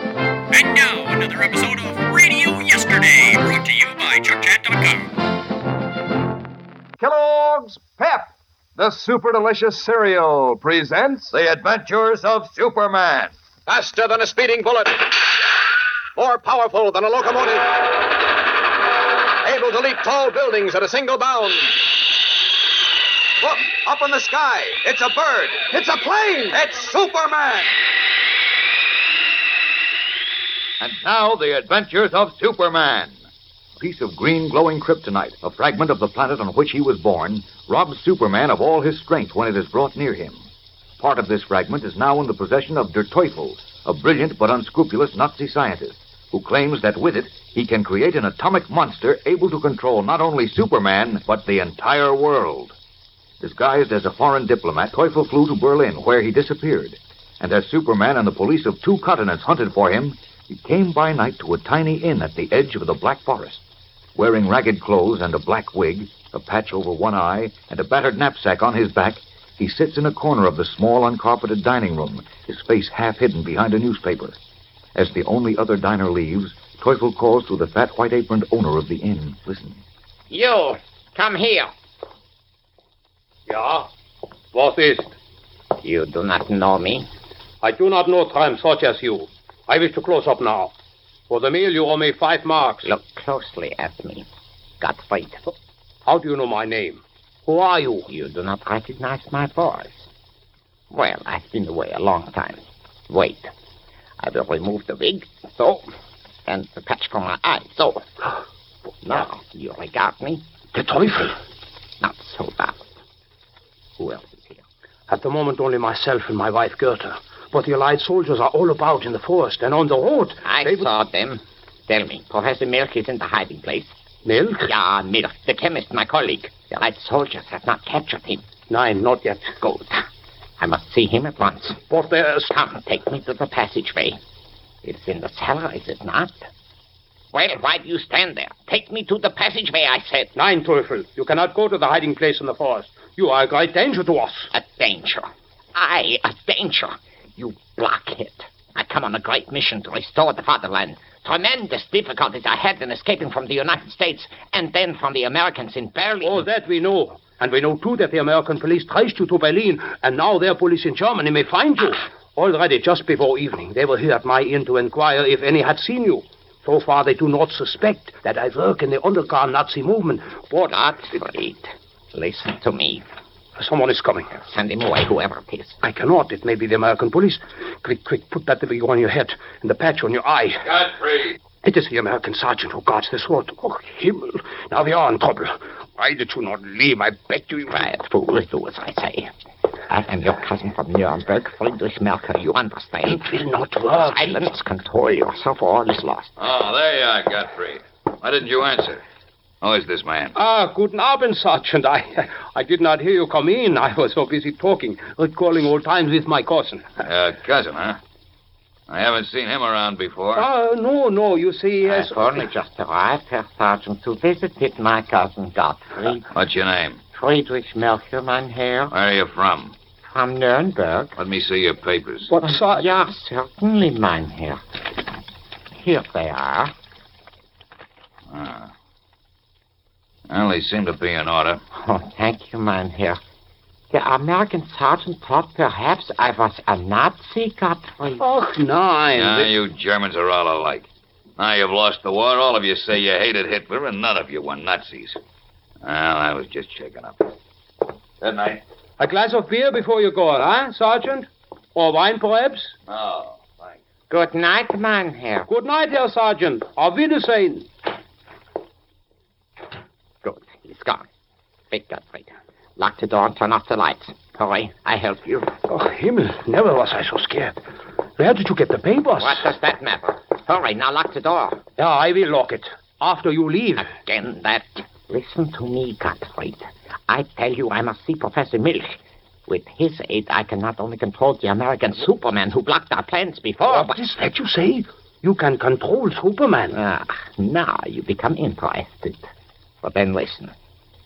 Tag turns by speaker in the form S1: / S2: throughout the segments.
S1: And now, another episode of Radio Yesterday, brought to you by ChuckChat.com.
S2: Kellogg's Pep, the super delicious cereal, presents The Adventures of Superman.
S3: Faster than a speeding bullet. More powerful than a locomotive. Able to leap tall buildings at a single bound. Look, up in the sky. It's a bird. It's a plane. It's Superman.
S2: And now, The Adventures of Superman. A piece of green glowing kryptonite, a fragment of the planet on which he was born, robs Superman of all his strength when it is brought near him. Part of this fragment is now in the possession of Der Teufel, a brilliant but unscrupulous Nazi scientist, who claims that with it he can create an atomic monster able to control not only Superman, but the entire world. Disguised as a foreign diplomat, Teufel flew to Berlin, where he disappeared. And as Superman and the police of two continents hunted for him, he came by night to a tiny inn at the edge of the Black Forest. Wearing ragged clothes and a black wig, a patch over one eye, and a battered knapsack on his back, he sits in a corner of the small, uncarpeted dining room, his face half hidden behind a newspaper. As the only other diner leaves, Teufel calls to the fat, white aproned owner of the inn. Listen.
S4: You, come here.
S5: Ja, was ist?
S4: You do not know me.
S5: I do not know crimes such as you. I wish to close up now. For the meal, you owe me five marks.
S4: Look closely at me. Gottfried,
S5: How do you know my name? Who are you?
S4: you do not recognize my voice. Well, I've been away a long time. Wait. I will remove the wig, so, and the patch from my eye, so. Now, you regard me?
S5: The Teufel.
S4: Not so bad. Who else is here?
S5: At the moment, only myself and my wife, Goethe. But the Allied soldiers are all about in the forest and on the road.
S4: I
S5: They would-
S4: saw them. Tell me, Professor Milk is in the hiding place.
S5: Milk?
S4: Yeah, Milk, the chemist, my colleague. The Allied soldiers have not captured him.
S5: Nein, not yet.
S4: Good. I must see him at once.
S5: But uh, there's.
S4: Come, take me to the passageway. It's in the cellar, is it not? Well, why do you stand there? Take me to the passageway, I said.
S5: Nein, Teufel. You cannot go to the hiding place in the forest. You are a great danger to us.
S4: A danger. I, a danger. You blockhead. I come on a great mission to restore the fatherland. Tremendous difficulties I had in escaping from the United States and then from the Americans in Berlin.
S5: Oh, that we know. And we know, too, that the American police traced you to Berlin, and now their police in Germany may find you. Already, just before evening, they were here at my inn to inquire if any had seen you. So far, they do not suspect that I work in the underground Nazi movement. What?
S4: Gottfried, listen to me.
S5: Someone is coming.
S4: Send him away, whoever it is.
S5: I cannot. It may be the American police. Quick, quick, put that wig on your head and the patch on your eye.
S3: Godfrey.
S5: It is the American sergeant who guards this road. Oh, Himmel. Now we are in trouble. Why did you not leave? I begged you.
S4: Quiet, fool. Do as I say. I am your cousin from Nuremberg, Friedrich Merker. You understand?
S5: It will not work.
S4: Silence, control yourself, or all is lost.
S2: Ah, there you are, Godfrey. Why didn't you answer? Who is this man?
S5: Ah, guten Abend, Sergeant. I, I did not hear you come in. I was so busy talking, recalling old times with my cousin.
S2: Uh, cousin, huh? I haven't seen him around before.
S5: Ah, no, no. You see, yes.
S4: I've only just arrived, Herr Sergeant, to visit with my cousin Gottfried.
S2: What's your name?
S4: Friedrich Merker, mein Herr,
S2: Where are you from?
S4: from Nuremberg.
S2: Let me see your papers.
S5: But, Sergeant.
S4: Ja, certainly, mein Herr. Here they are.
S2: Ah. Well, they seem to be in order.
S4: Oh, thank you, mein Herr. The American sergeant thought perhaps I was a Nazi, Gottfried.
S5: Oh, nein.
S2: Ah, you Germans are all alike. Now you've lost the war. All of you say you hated Hitler, and none of you were Nazis. Well, I was just checking up. Good night.
S5: A glass of beer before you go, huh, Sergeant? Or wine, perhaps?
S2: Oh, thanks.
S4: Good night, mein Herr.
S5: Good night, Herr Sergeant. Auf Wiedersehen.
S4: Good. He's gone. Big Gottfried. Lock the door and turn off the lights. Hurry, I help you.
S5: Oh, Himmel. Never was I so scared. Where did you get the papers?
S4: What does that matter? Hurry, now lock the door.
S5: Yeah, I will lock it. After you leave.
S4: Again, that. Listen to me, Gottfried. I tell you, I must see Professor Milch. With his aid, I can not only control the American Superman who blocked our plans before, but.
S5: What is that you say? You can control Superman.
S4: Ah, now you become interested. But then listen.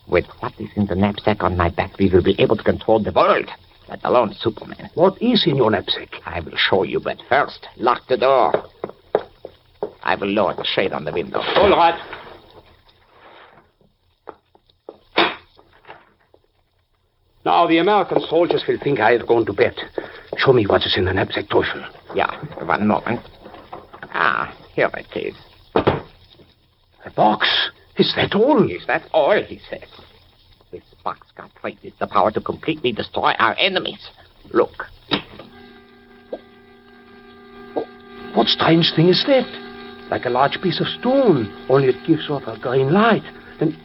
S4: With what is in the knapsack on my back, we will be able to control the world, let alone Superman.
S5: what is in your knapsack?
S4: I will show you, but first, lock the door. I will lower the shade on the window.
S5: All right. Now, the American soldiers will think I had gone to bed. Show me what is in the knapsack, Teufel.
S4: Yeah, one moment. Ah, here it is.
S5: A box. Is that all?
S4: Is that all? He says. This box contains the power to completely destroy our enemies. Look,
S5: What strange thing is that? Like a large piece of stone, only it gives off a green light. And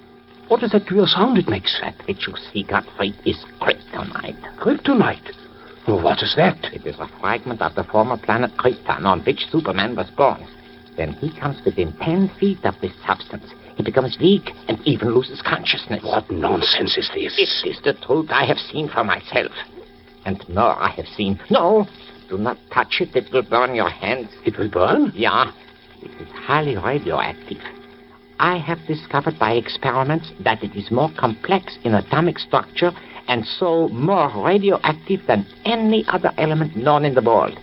S5: what is that queer sound it makes?
S4: that which you see, Gottfried, is kryptonite.
S5: Kryptonite. Well, what is that?
S4: It is a fragment of the former planet Krypton on which Superman was born. When he comes within ten feet of this substance, he becomes weak and even loses consciousness.
S5: What nonsense is this?
S4: This is the truth I have seen for myself. And more I have seen. No, do not touch it. It will burn your hands.
S5: It will burn?
S4: Yeah, it is highly radioactive. I have discovered by experiments that it is more complex in atomic structure and so more radioactive than any other element known in the world.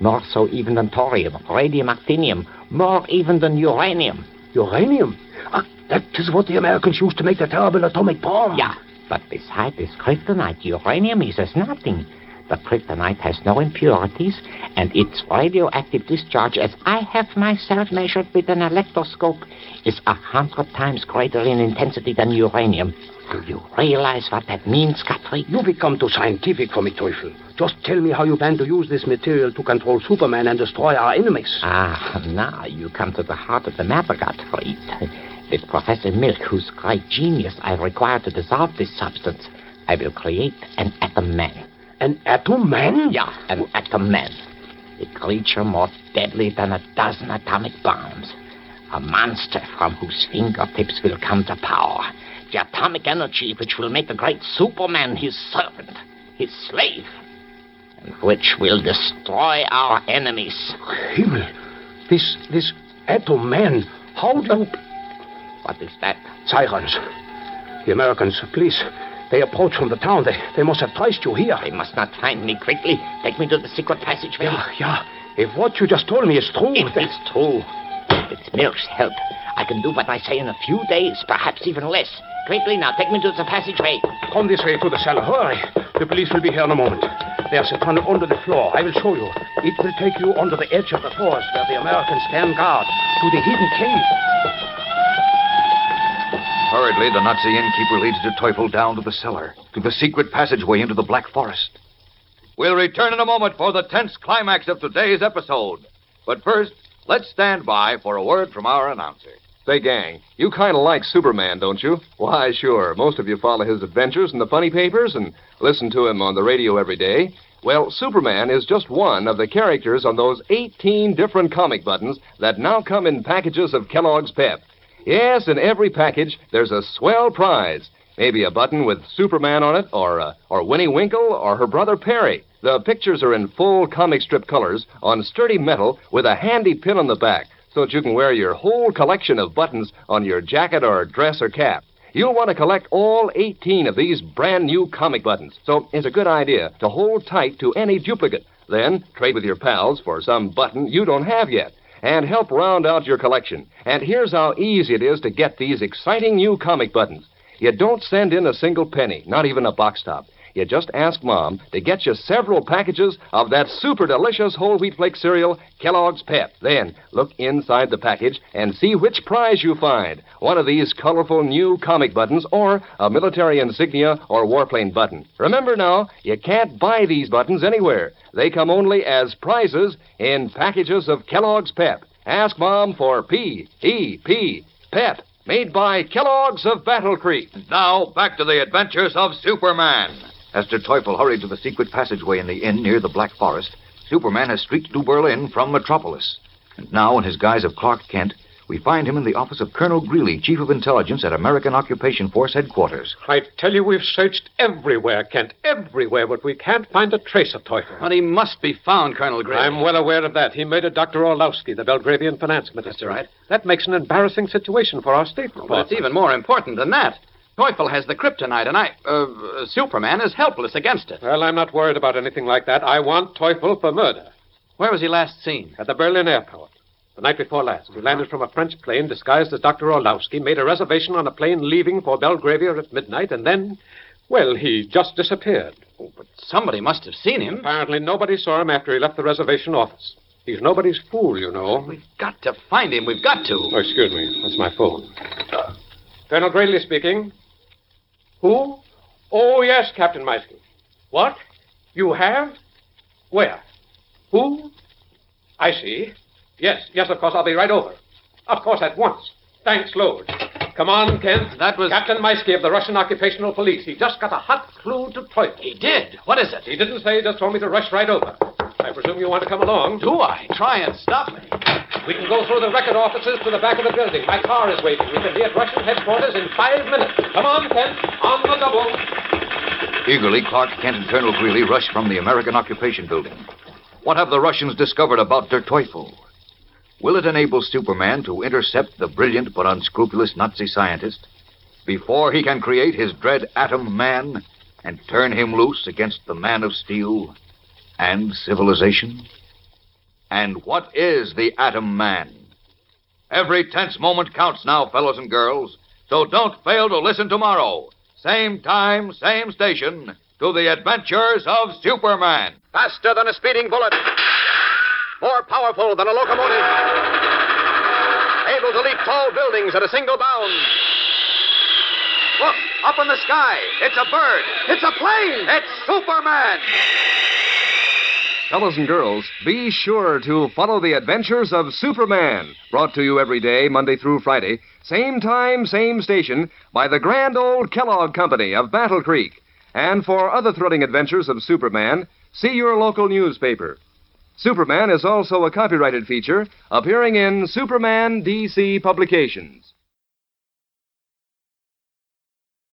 S4: More so even than thorium, radium, actinium, more even than uranium.
S5: Uranium? Ah, that is what the Americans used to make the terrible atomic bomb.
S4: Yeah, but beside this kryptonite, uranium is as nothing. The kryptonite has no impurities, and its radioactive discharge, as I have myself measured with an electroscope, is a hundred times greater in intensity than uranium. Do you realize what that means, Guthrie?
S5: You become too scientific for me, Teufel. Just tell me how you plan to use this material to control Superman and destroy our enemies.
S4: Ah, now you come to the heart of the matter, Gottfried. With Professor Milk, whose great genius I require to dissolve this substance, I will create an atom man.
S5: An atom man?
S4: Yeah, an atom man. A creature more deadly than a dozen atomic bombs. A monster from whose fingertips will come the power. The atomic energy which will make the great Superman his servant, his slave, and which will destroy our enemies.
S5: Himmel. This, this atom man. How do you...
S4: What is that?
S5: Sirens. The Americans, please. They approach from the town. They, they must have traced you here.
S4: They must not find me quickly. Take me to the secret passageway.
S5: Yeah, yeah. If what you just told me is true,
S4: It
S5: then-
S4: is true. With Milk's help, I can do what I say in a few days, perhaps even less. Quickly now, take me to the passageway.
S5: come this way to the cellar. Hurry. The police will be here in a moment. There's a tunnel under the floor. I will show you. It will take you under the edge of the forest where the Americans stand guard to the hidden cave.
S2: Hurriedly, the Nazi innkeeper leads de Teufel down to the cellar, through the secret passageway into the Black Forest. We'll return in a moment for the tense climax of today's episode. But first, let's stand by for a word from our announcer.
S6: Say, gang, you kind of like Superman, don't you? Why, sure. Most of you follow his adventures in the funny papers and listen to him on the radio every day. Well, Superman is just one of the characters on those 18 different comic buttons that now come in packages of Kellogg's Pep. Yes, in every package, there's a swell prize. Maybe a button with Superman on it, or, uh, or Winnie Winkle, or her brother Perry. The pictures are in full comic strip colors on sturdy metal with a handy pin on the back so that you can wear your whole collection of buttons on your jacket or dress or cap. You'll want to collect all 18 of these brand new comic buttons, so it's a good idea to hold tight to any duplicate. Then trade with your pals for some button you don't have yet and help round out your collection. And here's how easy it is to get these exciting new comic buttons. You don't send in a single penny, not even a box top. You just ask Mom to get you several packages of that super delicious whole wheat flake cereal, Kellogg's Pep. Then look inside the package and see which prize you find one of these colorful new comic buttons or a military insignia or warplane button. Remember now, you can't buy these buttons anywhere. They come only as prizes in packages of Kellogg's Pep. Ask Mom for P E P Pep, made by Kellogg's of Battle Creek.
S2: Now, back to the adventures of Superman. As de Teufel hurried to the secret passageway in the inn near the Black Forest, Superman has streaked to Berlin from Metropolis. And now, in his guise of Clark Kent, we find him in the office of Colonel Greeley, Chief of Intelligence at American Occupation Force Headquarters.
S7: I tell you, we've searched everywhere, Kent, everywhere, but we can't find a trace of Teufel.
S3: But he must be found, Colonel Gray.
S7: I'm well aware of that. He murdered Dr. Orlowski, the Belgravian finance minister.
S3: right.
S7: That makes an embarrassing situation for our state
S3: But it's even more important than that. Teufel has the kryptonite, and I. Uh, uh, Superman is helpless against it.
S7: Well, I'm not worried about anything like that. I want Teufel for murder
S3: Where was he last seen?
S7: at the Berlin airport.
S5: The night before last, we landed from a French plane disguised as Dr. Orlowski, made a reservation on a plane leaving for Belgravia at midnight, and then, well, he just disappeared.
S4: Oh, but somebody must have seen him.
S5: Apparently, nobody saw him after he left the reservation office. He's nobody's fool, you know.
S4: We've got to find him. We've got
S5: Oh,
S4: to.
S5: excuse me. That's my phone. Colonel Gradley speaking. Who? Oh, yes, Captain Meiskin. What? You have? Where? Who? I see. Yes, yes, of course. I'll be right over. Of course, at once. Thanks, Lord. Come on, Kent.
S4: That was-
S5: Captain Meisky of the Russian Occupational Police. He just got a hot clue to Troika.
S4: He did. What is it?
S5: He didn't say. He just told me to rush right over. I presume you want to come along.
S4: Do I? Try and stop me.
S5: We can go through the record offices to the back of the building. My car is waiting. We can be at Russian headquarters in five minutes. Come on, Kent. On the double.
S2: Eagerly, Clark Kent and Colonel Greeley rushed from the American occupation building. What have the Russians discovered about Der Teufel? Will it enable Superman to intercept the brilliant but unscrupulous Nazi scientist before he can create his dread atom man and turn him loose against the man of steel and civilization? And what is the atom man? Every tense moment counts now, fellows and girls, so don't fail to listen tomorrow same time, same station, to the adventures of Superman.
S8: Faster than a speeding bullet. More powerful than a locomotive. Able to leap tall buildings at a single bound. Look, up in the sky. It's a bird. It's a plane. It's Superman.
S6: Fellows and girls, be sure to follow the adventures of Superman, brought to you every day, Monday through Friday, same time, same station, by the grand old Kellogg Company of Battle Creek. And for other thrilling adventures of Superman, see your local newspaper. Superman is also a copyrighted feature appearing in Superman DC Publications.